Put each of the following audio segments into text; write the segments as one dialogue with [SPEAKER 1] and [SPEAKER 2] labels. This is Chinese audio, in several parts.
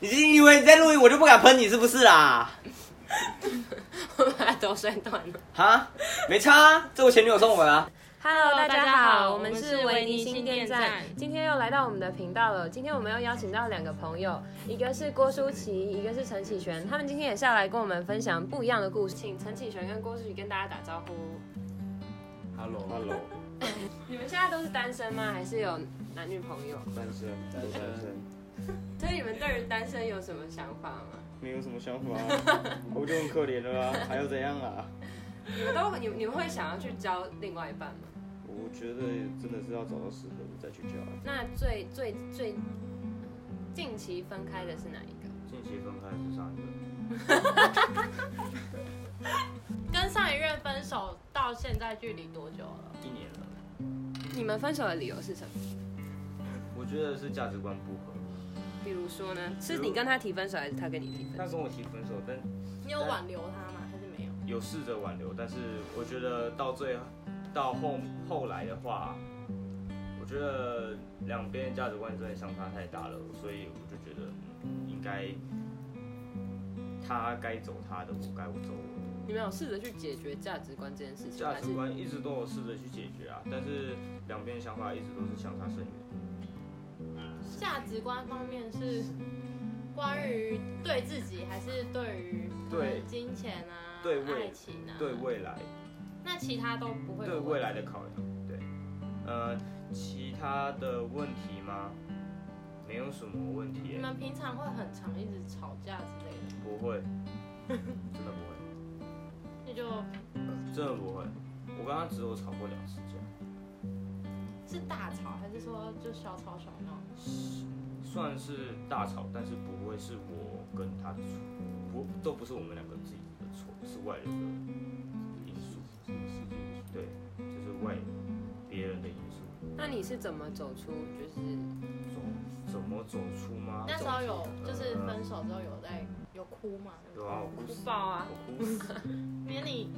[SPEAKER 1] 你是因为在录音我就不敢喷你是不是啊啦？
[SPEAKER 2] 我把它都摔断了。
[SPEAKER 1] 哈，没差、啊，这我前女友送我的、啊。
[SPEAKER 2] Hello，
[SPEAKER 3] 大
[SPEAKER 2] 家
[SPEAKER 3] 家
[SPEAKER 2] 好，
[SPEAKER 3] 好
[SPEAKER 2] 我们是维尼新
[SPEAKER 3] 我们是维尼新店，
[SPEAKER 2] 店站
[SPEAKER 3] 站
[SPEAKER 2] 今天又来到我们的频道了。今天我们又邀请到两个朋友，一个是郭书琪，一个是陈启璇，他们今天也下来跟我们分享不一样的故事。请陈启璇跟郭书琪跟大家打招呼。
[SPEAKER 4] Hello
[SPEAKER 1] Hello，
[SPEAKER 2] 你们现在都是单身吗？还是有男女朋友？
[SPEAKER 1] 单身，单
[SPEAKER 4] 身
[SPEAKER 2] 所以你们对于单身有什么想法吗？
[SPEAKER 1] 没有什么想法、 啊，我就很可怜了啊，还要怎样啊？
[SPEAKER 2] 你们都你你们会想要去交另外一半吗？
[SPEAKER 1] 我觉得真的是要找到适合的再去啊交。
[SPEAKER 2] 那最最最近期分开的是哪一个？
[SPEAKER 4] 近期分开是上一个，
[SPEAKER 3] 跟上一任分手到现在距离多久了？
[SPEAKER 4] 一年了。
[SPEAKER 2] 你们分手的理由是什么？
[SPEAKER 4] 我觉得是价值观不合。
[SPEAKER 2] 比如说呢，是你跟他提分手，还是他跟你提分
[SPEAKER 4] 他
[SPEAKER 2] 手？
[SPEAKER 4] 跟我提分手，但
[SPEAKER 3] 你有挽留他吗？还是没有？
[SPEAKER 4] 有试着挽留，但是我觉得到最到后后来的话，我觉得两边价值观真的相差太大了，所以我就觉得、嗯、应该他该走他的，我该走我的。
[SPEAKER 2] 你们有试着去解决价值观这件事情，
[SPEAKER 4] 价
[SPEAKER 2] 还是
[SPEAKER 4] 值观一直都有试着去解决啊，但是两边想法一直都是相差甚远。
[SPEAKER 3] 价值观方面是关于对自己，还是对于
[SPEAKER 4] 对
[SPEAKER 3] 金钱啊、
[SPEAKER 4] 对未
[SPEAKER 3] 爱情啊？
[SPEAKER 4] 对，未来。
[SPEAKER 3] 那其他都不会有
[SPEAKER 4] 对
[SPEAKER 3] 问题
[SPEAKER 4] 未来的考量，对，呃，其他的问题吗？没有什么问题
[SPEAKER 3] 你
[SPEAKER 4] 耶、
[SPEAKER 3] 们平常会很常一直吵架之类的，
[SPEAKER 4] 不会，真的不
[SPEAKER 3] 那就
[SPEAKER 4] 会，真的不会。我刚刚只有吵过两次架，
[SPEAKER 3] 是大吵，还是说就小吵小闹？
[SPEAKER 4] 啊算是大吵，但是不会是我跟他的错，不都不是我们两个自己的错，是外人的因素，对，就是外别人的因素。
[SPEAKER 2] 那你是怎么走出就是
[SPEAKER 4] 走怎么走出吗？
[SPEAKER 3] 那时候有
[SPEAKER 4] 走出
[SPEAKER 3] 就是
[SPEAKER 4] 呃
[SPEAKER 3] 分手之后有在有哭吗？
[SPEAKER 4] 对啊，我哭
[SPEAKER 2] 不
[SPEAKER 4] 死，
[SPEAKER 2] 爆啊？
[SPEAKER 4] 我哭死。
[SPEAKER 3] 因为你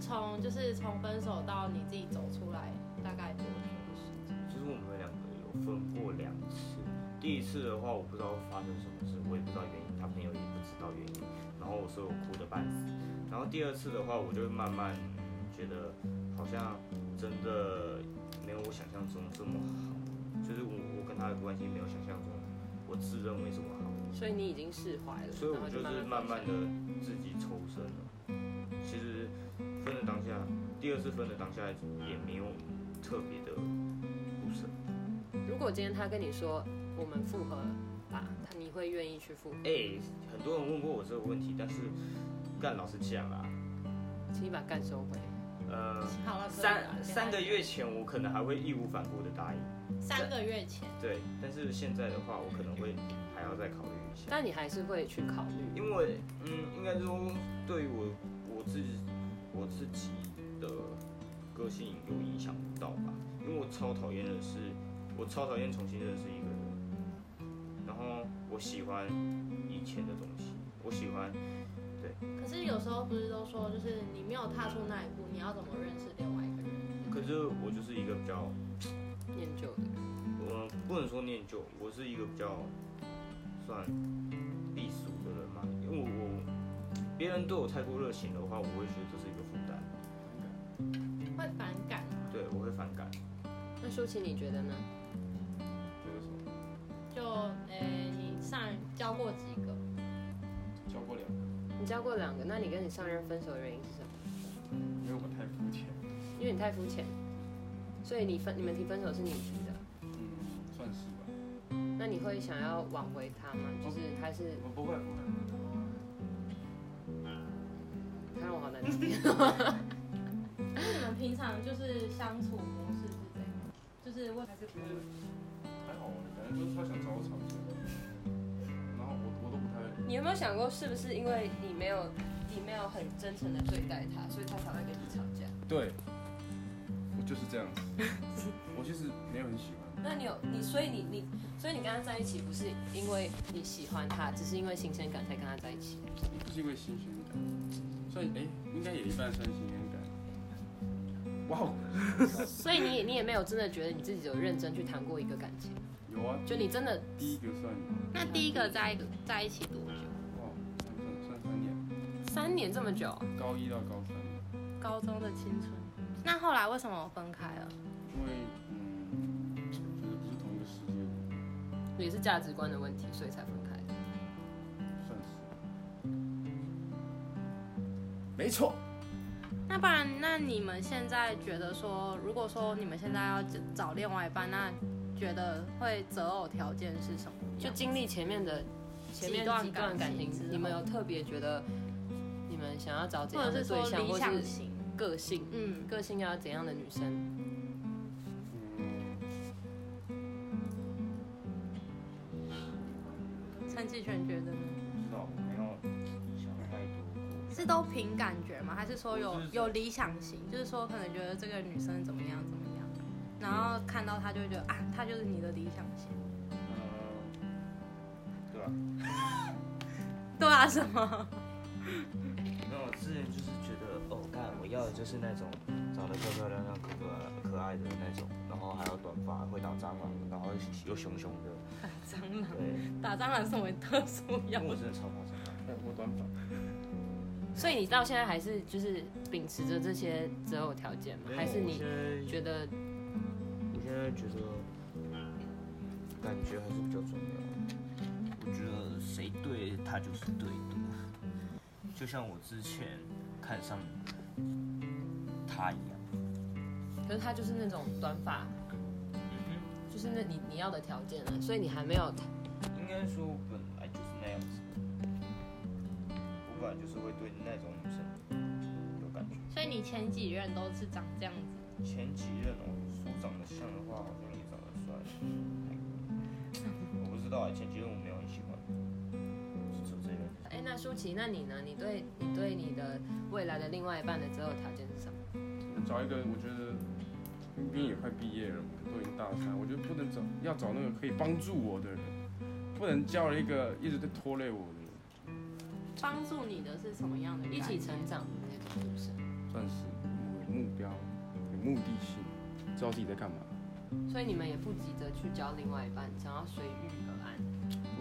[SPEAKER 3] 从就是从分手到你自己走出来，大概多久的时间？
[SPEAKER 4] 就是我们两个有分过两次，第一次的话我不知道发生什么事，我也不知道原因，他朋友也不知道原因，然后我说我哭的半死，然后第二次的话我就慢慢觉得好像真的没有我想象中这么好，就是我我跟他的关系没有想象中我自认为这么好，
[SPEAKER 2] 所以你已经释怀了，
[SPEAKER 4] 所以
[SPEAKER 2] 然
[SPEAKER 4] 我
[SPEAKER 2] 后
[SPEAKER 4] 就
[SPEAKER 2] 慢
[SPEAKER 4] 是慢慢
[SPEAKER 2] 放
[SPEAKER 4] 的
[SPEAKER 2] 下
[SPEAKER 4] 自己抽身了。其实分的当下，第二次分的当下也没有特别的不舍。
[SPEAKER 2] 如果今天他跟你说我们复合吧，你会愿意去复合？
[SPEAKER 4] 哎、很多人问过我这个问题，但是干老实讲啊，
[SPEAKER 2] 请你把干收回。
[SPEAKER 4] 呃，
[SPEAKER 3] 好了，可以了
[SPEAKER 4] 三三个月前我可能还会义无反顾的答应，
[SPEAKER 3] 三个月前，
[SPEAKER 4] 对，但是现在的话，我可能会还要再考虑一下，
[SPEAKER 2] 但你还是会去考虑，
[SPEAKER 4] 因为嗯，应该说对于我我自己我自己的个性有影响到吧，因为我超讨厌的是，我超讨厌重新认识一个人，然后我喜欢以前的东西，我喜欢
[SPEAKER 3] 可是有时候不是都说，就是你没有踏出那一步，你要怎么认识另外一个人？
[SPEAKER 4] 可是我就是一个比较，
[SPEAKER 2] 念旧的。
[SPEAKER 4] 我不能说念旧，我是一个比较算避俗的人嘛，因为我我别人对我太过热情的话，我会觉得这是一个负担，
[SPEAKER 3] 会反感吗？
[SPEAKER 4] 对我会反感。
[SPEAKER 2] 那舒淇你觉得呢？
[SPEAKER 4] 觉得什么？
[SPEAKER 3] 就诶、你上交过几个？
[SPEAKER 4] 交过两个，
[SPEAKER 2] 你交过两个，那你跟你上任分手的原因是什么？
[SPEAKER 4] 因为我太肤浅，
[SPEAKER 2] 因为你太肤浅，所以你分你们提分手是你提的。
[SPEAKER 4] 嗯，算是吧。
[SPEAKER 2] 那你会想要挽回他吗？就是他是
[SPEAKER 4] 我不会不会，
[SPEAKER 2] 他让我好难听。
[SPEAKER 3] 那你们平常就是相处模式是怎样？就是问还是不会？
[SPEAKER 5] 还好，反正就是他想找我吵架，然后我我都不太，
[SPEAKER 2] 你有没有想过，是不是因为你没有你没有很真诚的对待他，所以他才会跟你吵架？
[SPEAKER 5] 对，我就是这样子， 我其实没有很喜欢，
[SPEAKER 2] 那你有你，所以你你，所以你跟他在一起不是因为你喜欢他，只是因为新鲜感才跟他在一起。
[SPEAKER 5] 也不是因为新鲜感，算哎、应该也一半算新鲜感。哇哦，哦
[SPEAKER 2] 所以你也你也没有真的觉得你自己有认真去谈过一个感情。
[SPEAKER 5] 有有啊，
[SPEAKER 2] 就你真的，
[SPEAKER 5] 第一个算有，
[SPEAKER 3] 那第一个在在一起多久？
[SPEAKER 5] 哇，算算算三年，
[SPEAKER 2] 三年这么久，
[SPEAKER 5] 高一到高三，
[SPEAKER 3] 高中的青春。那后来为什么分开了？
[SPEAKER 5] 因为嗯，觉得不是同一个世界的，
[SPEAKER 2] 也是价值观的问题，所以才分开。
[SPEAKER 5] 算是
[SPEAKER 1] 没错，
[SPEAKER 3] 那不然，那你们现在觉得说，如果说你们现在要找另外一半，那觉得会择偶条件是什么样？
[SPEAKER 2] 就经历前面的前面
[SPEAKER 3] 段
[SPEAKER 2] 几段感
[SPEAKER 3] 感
[SPEAKER 2] 情
[SPEAKER 3] 情之，后
[SPEAKER 2] 你们有特别觉得你们想要找怎
[SPEAKER 3] 或
[SPEAKER 2] 样
[SPEAKER 3] 者
[SPEAKER 2] 的
[SPEAKER 3] 是
[SPEAKER 2] 对
[SPEAKER 3] 说
[SPEAKER 2] 象，
[SPEAKER 3] 理
[SPEAKER 2] 或
[SPEAKER 3] 想
[SPEAKER 2] 是
[SPEAKER 3] 型？
[SPEAKER 2] 个性，
[SPEAKER 3] 嗯，
[SPEAKER 2] 个性要怎样的女生？
[SPEAKER 5] 嗯，
[SPEAKER 3] 陈启全觉得呢？
[SPEAKER 4] 不知道我没有想太多。
[SPEAKER 3] 是都凭感觉吗？还是说有
[SPEAKER 4] 我就是
[SPEAKER 3] 有理想型？就是说可能觉得这个女生怎么样怎么样，然后看到她就会觉得啊，她就是你的理想型。
[SPEAKER 5] 呃，
[SPEAKER 4] 对啊，
[SPEAKER 3] 对啊，什么？
[SPEAKER 4] 没有，之前就是觉得，哦，干，我要的就是那种长得漂漂亮亮、可可可爱的那种，然后还要短发、会打蟑螂，然后又熊熊的。
[SPEAKER 3] 蟑螂，
[SPEAKER 4] 对，
[SPEAKER 3] 打蟑螂是我的特殊
[SPEAKER 4] 因
[SPEAKER 3] 药
[SPEAKER 4] 为。我真的超怕蟑螂。
[SPEAKER 5] 哎，我短发，
[SPEAKER 2] 所以你到现在还是就是秉持着这些择偶条件吗？还是
[SPEAKER 4] 我
[SPEAKER 2] 你
[SPEAKER 4] 现在
[SPEAKER 2] 觉得
[SPEAKER 4] 我现在觉得感觉还是比较重要。我觉得谁对他就是对的，就像我之前看上他一样。
[SPEAKER 2] 可是他就是那种短发，就是那你你要的条件啊，所以你还没有
[SPEAKER 4] 应该说我本来就是那样子，我本来就是会对那种女生有感觉。
[SPEAKER 6] 所以你前几任都是长这样子，
[SPEAKER 4] 前几任哦，说长得像的话，好像也长得帅。我不知道哎，前几任我没有很喜欢，就这一任。
[SPEAKER 2] 哎，那舒淇，那你呢？你对你对你的未来的另外一半的择偶条件是什么？
[SPEAKER 5] 找一个我觉得。因为也快毕业了，我都已经大三，我觉得不能找，要找那个可以帮助我的人，不能叫了一个一直在拖累我的人。
[SPEAKER 3] 帮助你的是什么样的概
[SPEAKER 2] 一
[SPEAKER 3] 念？
[SPEAKER 2] 起成长的那种，是不是？
[SPEAKER 5] 算是有目标、有目的性，知道自己在干嘛，
[SPEAKER 2] 所以你们也不急着去交另外一半，想要随遇而安，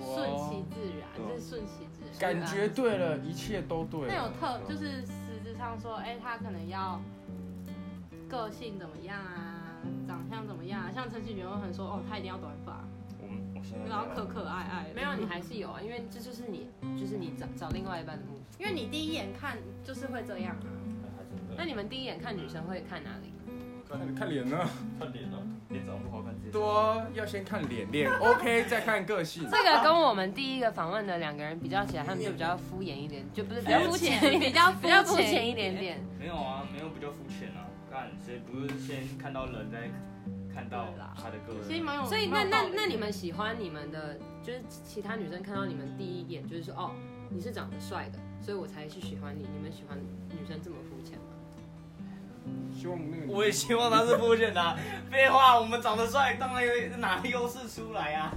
[SPEAKER 3] 顺其自然，
[SPEAKER 5] 对啊
[SPEAKER 3] 这是顺其自然。
[SPEAKER 5] 感觉对了，一切都嗯对啊了。
[SPEAKER 3] 那有特就是实质上说，哎、他可能要个性怎么样啊，长相怎么样、啊？像陈启觉会很说，哦，他一定要短发，
[SPEAKER 4] 我们我现在
[SPEAKER 3] 然后可可爱爱的。
[SPEAKER 2] 没有，你还是有啊，因为这就是你，就是你找找另外一半的目的。
[SPEAKER 3] 因为你第一眼看就是会这样啊。
[SPEAKER 4] 还真的
[SPEAKER 2] 那你们第一眼看女生会看哪里？
[SPEAKER 5] 看看脸呢？
[SPEAKER 7] 哦
[SPEAKER 4] 看脸啊，脸长得不好看，直接
[SPEAKER 5] 多要先看脸， 脸 OK 再看个性。
[SPEAKER 2] 这个跟我们第一个访问的两个人比较起来，他们就比较敷衍一点，就不是比较肤浅一
[SPEAKER 3] 比
[SPEAKER 2] 点，
[SPEAKER 3] 较
[SPEAKER 2] 比较肤浅一点。点。
[SPEAKER 4] 没有啊，没有比较肤浅啊。干，谁不是先看到人再看到
[SPEAKER 3] 对啦
[SPEAKER 4] 他的个人？
[SPEAKER 3] 所以蛮有，
[SPEAKER 2] 所以那
[SPEAKER 3] 蛮有
[SPEAKER 2] 那
[SPEAKER 3] 道理的
[SPEAKER 2] 那你们喜欢你们的，就是其他女生看到你们第一眼就是说哦，你是长得帅的，所以我才去喜欢你。你们喜欢女生这么肤 浅吗？
[SPEAKER 5] 希望那个
[SPEAKER 4] 我也希望他是肤浅的啊、废话，我们长得帅，当然有拿优势出来啊。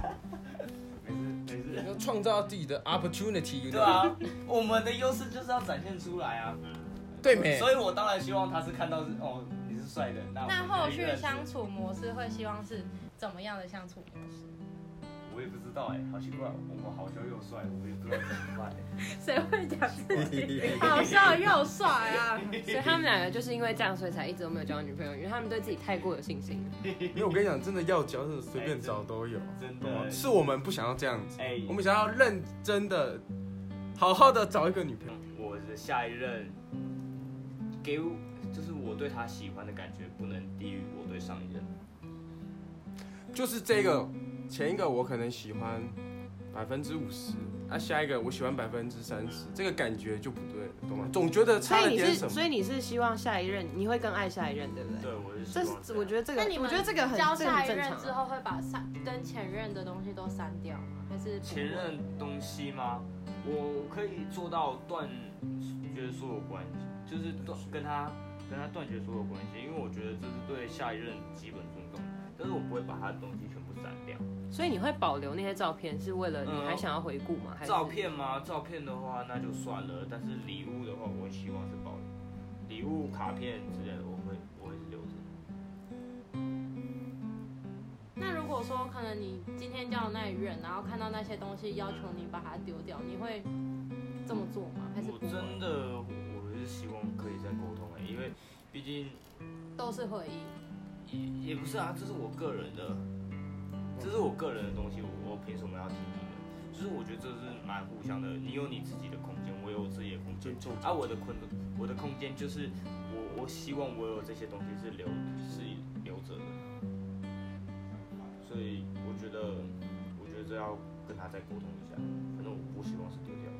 [SPEAKER 4] 没事没事，
[SPEAKER 7] 要创造自己的 opportunity，
[SPEAKER 4] 对啊，我们的优势就是要展现出来啊。
[SPEAKER 7] 对没？
[SPEAKER 4] 所以我当然希望他是看到是哦，你是帅的，那我
[SPEAKER 3] 那
[SPEAKER 4] 们
[SPEAKER 3] 后
[SPEAKER 4] 就
[SPEAKER 3] 续
[SPEAKER 4] 认识
[SPEAKER 3] 相处模式会希望是怎么样的相处模式？
[SPEAKER 4] 我也不知道哎、好奇怪，我们好笑又帅，我也不知道怎么办、欸。
[SPEAKER 3] 谁会讲自己好笑又帅啊？
[SPEAKER 2] 所以他们两个就是因为这样，所以才一直都没有交女朋友，因为他们对自己太过有信心了。
[SPEAKER 7] 因为我跟你讲，真的要交是随便找都有，
[SPEAKER 4] 真
[SPEAKER 7] 懂吗
[SPEAKER 5] 啊
[SPEAKER 4] 的
[SPEAKER 7] 是我们不想要这样子，
[SPEAKER 4] 哎、
[SPEAKER 7] 我们想要认真的、好好的找一个女朋友。
[SPEAKER 4] 我的下一任给我就是我对他喜欢的感觉不能低于我对上一任。
[SPEAKER 7] 就是这个，前一个我可能喜欢百分之五十，啊，下一个我喜欢百分之三十，这个感觉就不对了，懂吗？总觉得
[SPEAKER 2] 所
[SPEAKER 7] 差了
[SPEAKER 2] 以你
[SPEAKER 7] 点
[SPEAKER 2] 是，
[SPEAKER 7] 什么。
[SPEAKER 2] 所以你是希望下一任你会更爱下一任，对不对？
[SPEAKER 4] 对，我是希
[SPEAKER 2] 这
[SPEAKER 4] 望
[SPEAKER 2] 是
[SPEAKER 4] 样
[SPEAKER 2] 我觉得这个，
[SPEAKER 3] 那你们
[SPEAKER 2] 我觉得这个很
[SPEAKER 3] 交
[SPEAKER 2] 这个
[SPEAKER 3] 下
[SPEAKER 2] 很
[SPEAKER 3] 一
[SPEAKER 2] 正
[SPEAKER 3] 任
[SPEAKER 2] 常
[SPEAKER 3] 之
[SPEAKER 2] 啊。
[SPEAKER 3] 后会把删跟前任的东西都删掉吗？还是不会
[SPEAKER 4] 前任东西吗？我可以做到断绝所有关系，就是断跟他跟他断绝所有关系，因为我觉得这是对下一任基本尊重，但是我不会把他的东西全部删掉。
[SPEAKER 2] 所以你会保留那些照片，是为了你还想要回顾吗？还是
[SPEAKER 4] 照片吗？照片的话那就算了，但是礼物的话，我会希望是保留，礼物、卡片之类的，我会我会留着。
[SPEAKER 3] 那如果说可能你今天叫那里远，然后看到那些东西要求你把它丢掉，你会这么做吗？还是
[SPEAKER 4] 我
[SPEAKER 3] 不会？
[SPEAKER 4] 真的，我是希望可以再沟通的，因为毕竟
[SPEAKER 3] 都是回忆。
[SPEAKER 4] 也也不是啊，这是我个人的，这是我个人的东西，我我凭什么要听你的？就是我觉得这是蛮互相的，你有你自己的空间，我有我自己的空间
[SPEAKER 8] 尊重，
[SPEAKER 4] 啊，我的空我的空间就是我我希望我有这些东西是留是留着的，所以我觉得我觉得这要跟他再沟通一下，反正我不希望是丢掉的。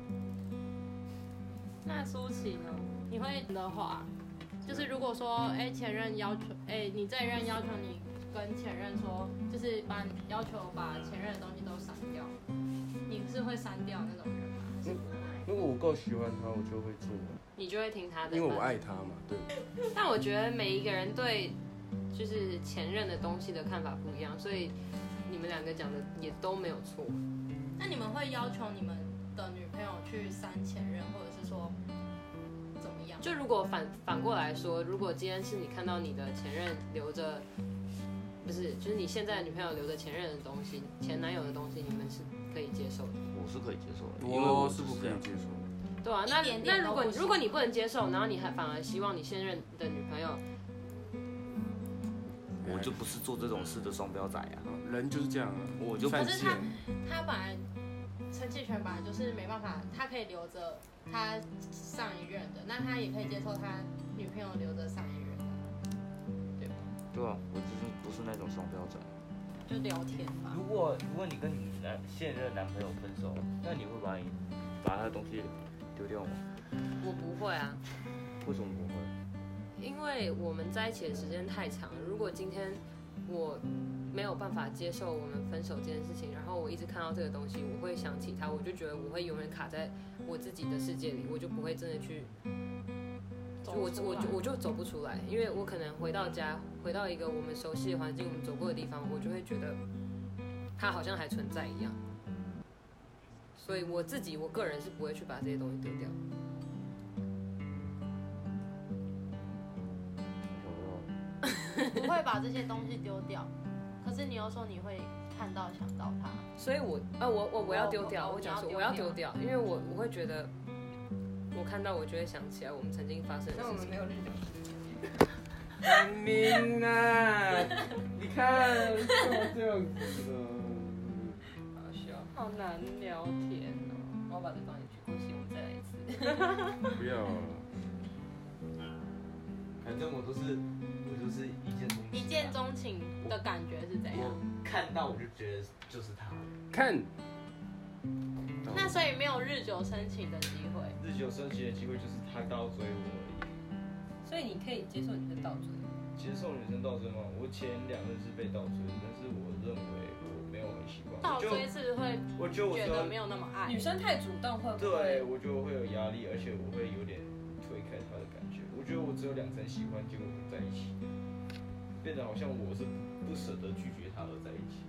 [SPEAKER 3] 那舒淇呢？你会的话，就是如果说，哎、前任要求，哎、你这一任要求你跟前任说，就是把要求把前任的东西都删掉，你是会删掉那种人吗？还是不会
[SPEAKER 5] 如果我够喜欢他，我就会做。
[SPEAKER 2] 你就会听他的。
[SPEAKER 8] 因为我。爱他嘛，对。
[SPEAKER 2] 但我觉得每一个人对就是前任的东西的看法不一样，所以你们两个讲的也都没有错。
[SPEAKER 3] 那你们会要求你们的女朋友去删前任，或者是说怎么样？
[SPEAKER 2] 就如果反反过来说，如果今天是你看到你的前任留着，不是，就是你现在的女朋友留着前任的东西、前男友的东西，你们是可以接受的。
[SPEAKER 4] 我是可以接受的，因为
[SPEAKER 8] 我
[SPEAKER 4] 我
[SPEAKER 8] 是不可以
[SPEAKER 4] 样
[SPEAKER 8] 接受的。
[SPEAKER 2] 对啊，
[SPEAKER 3] 一
[SPEAKER 2] 那
[SPEAKER 3] 点点
[SPEAKER 2] 那如果
[SPEAKER 3] 都不行
[SPEAKER 2] 如果你不能接受，然后你还反而希望你现任的女朋友，
[SPEAKER 4] 我就不是做这种事的双标仔啊，
[SPEAKER 8] 啊人就是这样啊，
[SPEAKER 4] 我就
[SPEAKER 8] 犯
[SPEAKER 3] 可是
[SPEAKER 8] 贱
[SPEAKER 3] 他。他本来陈启权本来就是没办法，他可以留着他上一任的，那他也可以接受他女朋友留着上一任的，对吧？
[SPEAKER 4] 对啊，我就是不是那种双标仔。
[SPEAKER 3] 就聊天吧。
[SPEAKER 4] 如果如果你跟你男现任男朋友分手，那你会把你把他的东西丢掉吗？
[SPEAKER 2] 我不会啊，
[SPEAKER 4] 为什么不会？
[SPEAKER 2] 因为我们在一起的时间太长了。如果今天我没有办法接受我们分手这件事情，然后我一直看到这个东西，我会想起他，我就觉得我会永远卡在我自己的世界里，我就不会真的去就我我就我就走不出来，因为我可能回到家，回到一个我们熟悉的环境，我们走过的地方，我就会觉得它好像还存在一样。所以我自己我个人是不会去把这些东西丢掉。
[SPEAKER 3] 不会把这些东西丢掉，可是你又说你会看到想到他，
[SPEAKER 2] 所以我呃我我我要丢掉，
[SPEAKER 3] 哦
[SPEAKER 2] 我讲说
[SPEAKER 3] 你
[SPEAKER 2] 我
[SPEAKER 3] 要
[SPEAKER 2] 要
[SPEAKER 3] 丢
[SPEAKER 2] 丢掉，因为我我会觉得我看到我就会想起来我们曾经发生的事情。
[SPEAKER 3] 有日久
[SPEAKER 5] 安宁啊！你看，就这样子的。
[SPEAKER 2] 好笑，好难聊天哦。啊我把这放进去，不行，我们再来一次。
[SPEAKER 5] 不要啊，
[SPEAKER 9] 反正我都是我就是一见钟情啊
[SPEAKER 3] 一见钟情啊的感觉是怎样？
[SPEAKER 9] 我看到我就觉得就是他，
[SPEAKER 5] 看，
[SPEAKER 3] 那所以没有日久生情的机会，
[SPEAKER 9] 日久生情的机会就是他倒追我而
[SPEAKER 2] 所以你可以接受你的倒追。
[SPEAKER 9] 已。接受女生倒追吗？我前两任是被倒追，但是我认为我没有很习惯，
[SPEAKER 3] 倒
[SPEAKER 9] 我就
[SPEAKER 3] 追是会
[SPEAKER 9] 我觉得我
[SPEAKER 3] 觉
[SPEAKER 9] 只要
[SPEAKER 3] 得没有那么爱
[SPEAKER 2] 女，生太主动会不会？
[SPEAKER 9] 对，我觉得我会有压力，而且我会有点推开他的感觉。我觉得我只有两层喜欢，结果我们在一起，变得好像我是不舍得拒绝他而在一起。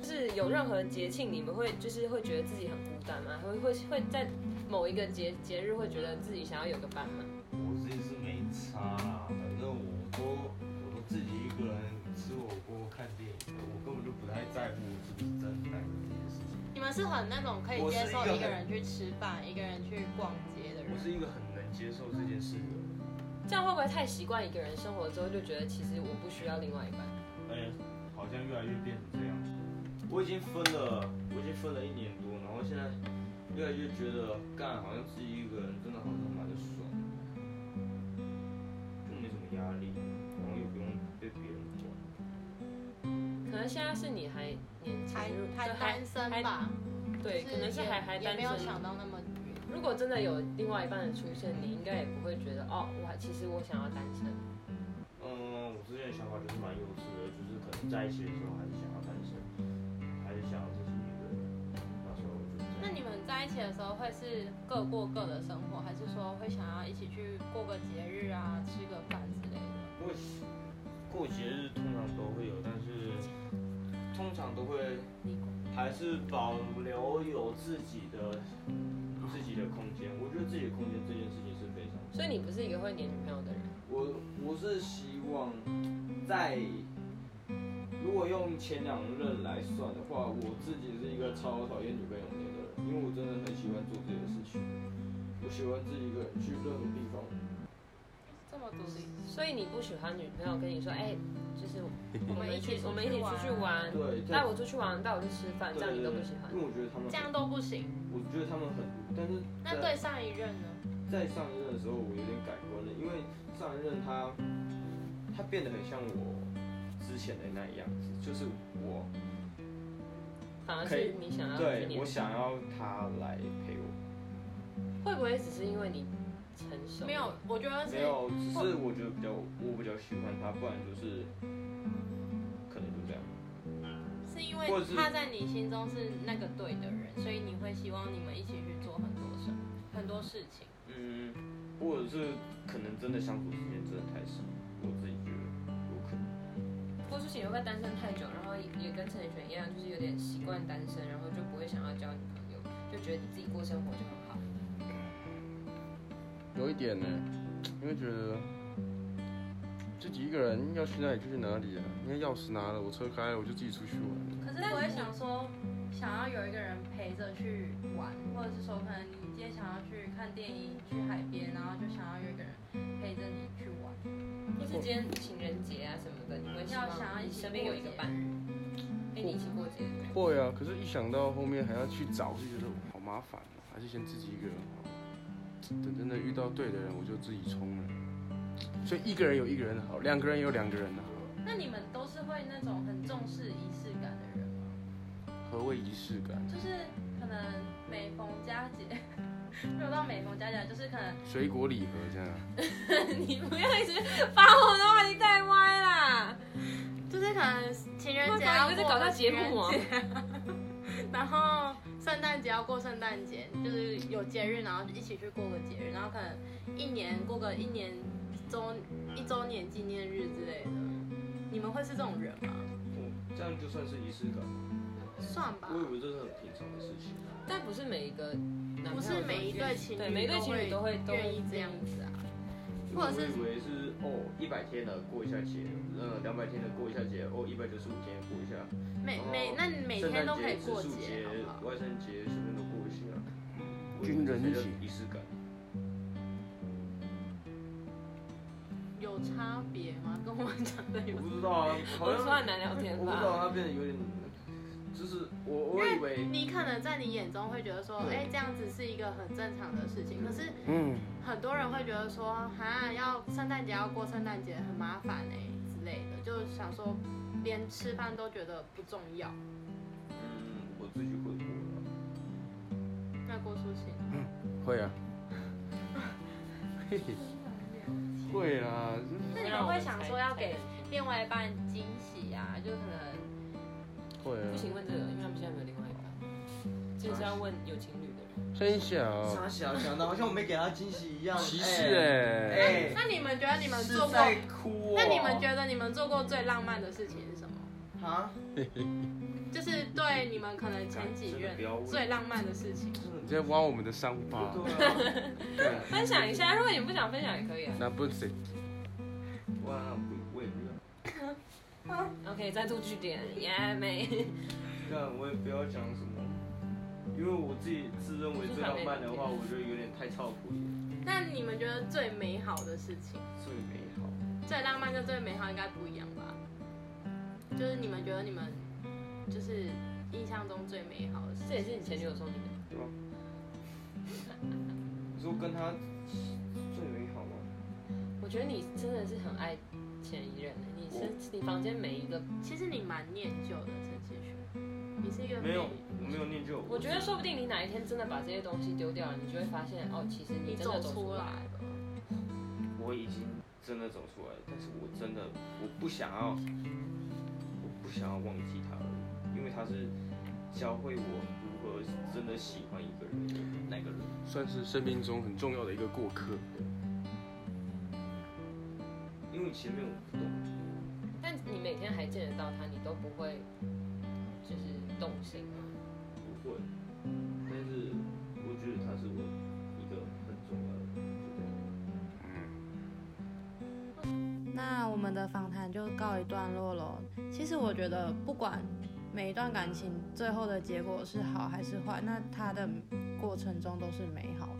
[SPEAKER 2] 就是有任何节庆，你们会就是会觉得自己很孤单吗？会会会在某一个节节日会觉得自己想要有个伴吗？
[SPEAKER 4] 我自己是没差啦，反正我都我都自己一个人吃火锅看电影，我根本就不太在乎我是不是真的在乎这件事情。
[SPEAKER 3] 你们是很那种可以
[SPEAKER 4] 我是
[SPEAKER 3] 接受一
[SPEAKER 4] 一个
[SPEAKER 3] 个
[SPEAKER 4] 很
[SPEAKER 3] 人去吃饭、一个人去逛街的人
[SPEAKER 4] 我。是一个很能接受这件事的人。
[SPEAKER 2] 这样会不会太习惯一个人生活之后，就觉得其实我不需要另外一半？
[SPEAKER 4] 哎，好像越来越变成这样。我已经分了，我已经分了一年多，然后现在越来越觉得干好像自己一个人真的好他妈的爽，就没什么压力，然后也不用被别人管。
[SPEAKER 2] 可能现在是你还年轻
[SPEAKER 3] 还，
[SPEAKER 2] 如
[SPEAKER 3] 还
[SPEAKER 2] 对
[SPEAKER 3] 单身吧，
[SPEAKER 2] 对，可能是还还
[SPEAKER 3] 也也
[SPEAKER 2] 单
[SPEAKER 3] 没有
[SPEAKER 2] 身。
[SPEAKER 3] 想到那么远。
[SPEAKER 2] 如果真的有另外一半的出现，你应该也不会觉得哦，我还其实我想要单身。
[SPEAKER 4] 嗯，我之前的想法就是蛮幼稚的，就是可能在一起的时候还是想要单身，还是想要自己一个人。那时候我就这样
[SPEAKER 3] 那你们在一起的时候会是各过各的生活，还是说会想要一起去过个节日啊、吃个饭之类的？
[SPEAKER 4] 过过节日通常都会有，但是通常都会还是保留有自己的自己的空间。我觉得自己的空间这件事情是非常，
[SPEAKER 2] 所以你不是一个会黏女朋友的人。
[SPEAKER 9] 我我是希望在
[SPEAKER 4] 如果用前两任来算的话，我自己是一个超讨厌女朋友那个人，因为我真的很喜欢做自己的事情，我喜欢自己一个人去任何地方。
[SPEAKER 10] 这么独立，
[SPEAKER 2] 所以你不喜欢女朋友跟你说，哎，就是我
[SPEAKER 10] 我
[SPEAKER 2] 们
[SPEAKER 10] 们
[SPEAKER 2] 一
[SPEAKER 10] 一
[SPEAKER 2] 起
[SPEAKER 10] 起
[SPEAKER 2] 我们一起出去玩，
[SPEAKER 4] 对，
[SPEAKER 2] 带我出去玩，带我去吃饭，
[SPEAKER 4] 对
[SPEAKER 2] 这样你都不喜欢
[SPEAKER 4] 因。为我觉得他们
[SPEAKER 10] 这，样都不行。
[SPEAKER 4] 我觉得他们很，但是
[SPEAKER 10] 那对上一任呢？
[SPEAKER 4] 在上一任的时候，我有点改观了，因为上一任他他变得很像我之前的那样子，就是我
[SPEAKER 2] 反而
[SPEAKER 4] 可以
[SPEAKER 2] 是你想要去
[SPEAKER 4] 对
[SPEAKER 2] 黏
[SPEAKER 4] 我想要他来陪我，
[SPEAKER 2] 会不会只是因为你成熟？
[SPEAKER 10] 没有，，我觉得是
[SPEAKER 4] 没有，只是我觉得比较我比较喜欢他，不然就是可能就这样。
[SPEAKER 10] 是因为
[SPEAKER 4] 或者是
[SPEAKER 10] 他在你心中是那个对的人，所以你会希望你们一起去做很多事，很多事情。
[SPEAKER 4] 嗯，或者是可能真的相处时间真的太少，我自己觉得有可能。
[SPEAKER 2] 或许你会不会单身太久，然后也跟陈奕迅一样，就是有点习惯单身，然后就不会想要交女朋友，就觉得你自己过生活就很好。
[SPEAKER 5] 有一点呢，因为觉得自己一个人要去哪里就去哪里啊，因为钥匙拿了，我车开了，我就自己出去玩。
[SPEAKER 3] 可是我会想说，想要有一个人陪着去玩，或者是说，可能你今天想要去看电影、去海边，然后就想要有一个人陪着你去玩。
[SPEAKER 2] 或是今天情人节啊什么的，你会希望
[SPEAKER 3] 要想要一
[SPEAKER 2] 你
[SPEAKER 3] 起
[SPEAKER 2] 身边有一个伴侣，陪你一起过节。
[SPEAKER 5] 会啊，可是一想到后面还要去找，就觉得好麻烦哦，还是先自己一个人好。等真的遇到对的人，我就自己冲了。所以一个人有一个人的好，两个人也有两个人的好。
[SPEAKER 3] 那你们都是会那种很重视仪式感的人吗？
[SPEAKER 5] 何谓仪式感？
[SPEAKER 3] 就是可能每逢佳节， 没有到每逢佳节，啊就是可能
[SPEAKER 5] 水果礼盒这样啊。
[SPEAKER 2] 你不要一直把我的话题带歪啦！
[SPEAKER 3] 就是可能情人节啊
[SPEAKER 2] 我
[SPEAKER 3] 要
[SPEAKER 2] 以为在
[SPEAKER 3] 过
[SPEAKER 2] 啊搞笑
[SPEAKER 3] 情
[SPEAKER 2] 节
[SPEAKER 3] 人
[SPEAKER 2] 目哦
[SPEAKER 3] 节， 然后圣诞节要过圣诞节，就是有节日，然后一起去过个节日，然后可能一年过个一年周一周年纪念日之类的。你们会是这种人吗？
[SPEAKER 4] 嗯，这样就算是仪式感。
[SPEAKER 3] 算吧
[SPEAKER 4] 我，以为这是很平常的事情。啊
[SPEAKER 2] 但不是每一个男朋
[SPEAKER 3] 不
[SPEAKER 2] 友都愿意，
[SPEAKER 3] 是每一对情
[SPEAKER 2] 对
[SPEAKER 3] 侣
[SPEAKER 2] 每一对情侣都会都
[SPEAKER 3] 愿
[SPEAKER 2] 会
[SPEAKER 3] 意这样子啊。
[SPEAKER 4] 我以为是哦，一百天的过一下节，呃，两百天的过一下节，哦，一百九十五天过一下，
[SPEAKER 3] 每每那你每
[SPEAKER 4] 圣
[SPEAKER 3] 天都
[SPEAKER 4] 诞
[SPEAKER 3] 可
[SPEAKER 4] 节、
[SPEAKER 3] 以
[SPEAKER 4] 植
[SPEAKER 3] 过
[SPEAKER 4] 树
[SPEAKER 3] 节，好不好？
[SPEAKER 4] 万圣节随便都过一下。
[SPEAKER 5] 军人节
[SPEAKER 4] 仪式感，
[SPEAKER 3] 有差别吗？跟我讲的有
[SPEAKER 4] 我不知道啊，好
[SPEAKER 2] 我
[SPEAKER 4] 像
[SPEAKER 2] 说很难聊天
[SPEAKER 4] 我不知道
[SPEAKER 2] 吧？
[SPEAKER 4] 他变得有点，就是我我以为
[SPEAKER 3] 你可能在你眼中会觉得说，哎、这样子是一个很正常的事情，可是
[SPEAKER 5] 嗯，
[SPEAKER 3] 很多人会觉得说，哈，要圣诞节要过圣诞节很麻烦哎、之类的，就想说连吃饭都觉得不重要。
[SPEAKER 4] 嗯，我自己会过了。
[SPEAKER 3] 那郭书琴，
[SPEAKER 5] 会啊。 嘿嘿会啊，
[SPEAKER 3] 那你们会想说要给另外一半惊喜啊？就可能
[SPEAKER 5] 会啊
[SPEAKER 2] 不，行问这个，因为他们现在没有另外一半，就是要问有情侣的人。
[SPEAKER 5] 真小。
[SPEAKER 4] 傻小想的，好像我没给他惊喜一样。
[SPEAKER 5] 歧视哎、
[SPEAKER 4] 哎，
[SPEAKER 3] 那你们觉得你们
[SPEAKER 4] 是
[SPEAKER 3] 做过？
[SPEAKER 4] 在哭哦。
[SPEAKER 3] 那你们觉得你们做过最浪漫的事情是什么？
[SPEAKER 4] 得啊？
[SPEAKER 3] 就是对你们可能前几
[SPEAKER 4] 真的
[SPEAKER 3] 任
[SPEAKER 4] 不要问
[SPEAKER 3] 最浪漫的事情。
[SPEAKER 5] 你在挖我们的伤疤，
[SPEAKER 4] 对啊，
[SPEAKER 5] 对，
[SPEAKER 2] 分享一下，如果你不想分享也可以啊。
[SPEAKER 5] 那不行。
[SPEAKER 4] 哇，我我也不知道。
[SPEAKER 2] OK，再度据点，耶妹。
[SPEAKER 4] 但我也不要讲什么，因为我自己自认为最浪漫的话，我觉得有点太超谱了，
[SPEAKER 3] 那你们觉得最美好的事情，
[SPEAKER 4] 最美好。
[SPEAKER 3] 最浪漫跟最美好应该不一样吧？就是你们觉得你们就是印象中最美好的事
[SPEAKER 2] 这也
[SPEAKER 3] 情，
[SPEAKER 2] 是你前女友送你的，
[SPEAKER 4] 你说跟他最美好吗？
[SPEAKER 2] 我觉得你真的是很爱前一任的，你是你房间每一个，
[SPEAKER 3] 其实你蛮念旧的，陈志勋，你是一个
[SPEAKER 4] 没有
[SPEAKER 3] 美，
[SPEAKER 4] 我没有念旧。
[SPEAKER 2] 我觉得说不定你哪一天真的把这些东西丢掉了，你就会发现哦，其实
[SPEAKER 3] 你
[SPEAKER 2] 真
[SPEAKER 3] 走
[SPEAKER 2] 的走
[SPEAKER 3] 出
[SPEAKER 2] 出
[SPEAKER 3] 来
[SPEAKER 2] 来。
[SPEAKER 3] 了。
[SPEAKER 4] 我已经真的走出来了，但是我真的我不想要，我不想要忘记他而已，因为他是教会我如何真的喜欢一个人的那个人。
[SPEAKER 5] 算是生命中很重要的一个过客。
[SPEAKER 4] 因为前面我不懂，
[SPEAKER 2] 但你每天还见得到他，你都不会就是动心吗？
[SPEAKER 4] 不会，但是我觉得他是我一个很重要的。就这样
[SPEAKER 3] 那我们的访谈就告一段落喽。其实我觉得，不管每一段感情最后的结果是好还是坏，那它的过程中都是美好的。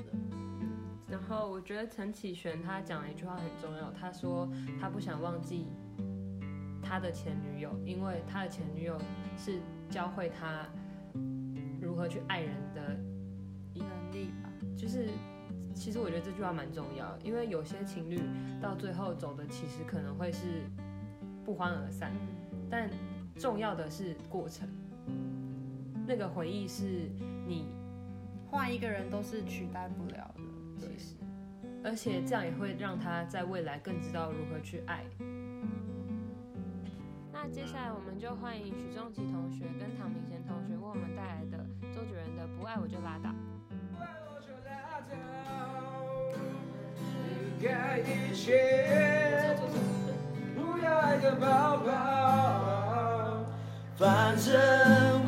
[SPEAKER 2] 然
[SPEAKER 3] 嗯
[SPEAKER 2] 后我觉得陈启璇他讲了一句话很重要，他说他不想忘记他的前女友，因为他的前女友是教会他如何去爱人的
[SPEAKER 3] 能力吧，
[SPEAKER 2] 就是其实我觉得这句话蛮重要，因为有些情侣到最后走的其实可能会是不欢而散，
[SPEAKER 3] 嗯
[SPEAKER 2] 但重要的是过程，那个回忆是你
[SPEAKER 3] 换一个人都是取代不了的。
[SPEAKER 2] 其实，而且这样也会让他在未来更知道如何去爱。那接下来我们就欢迎许仲奇同学跟唐明贤同学为我们带来的周杰伦的《不爱我就拉倒》。
[SPEAKER 4] 应该一切，不要爱的抱抱，反正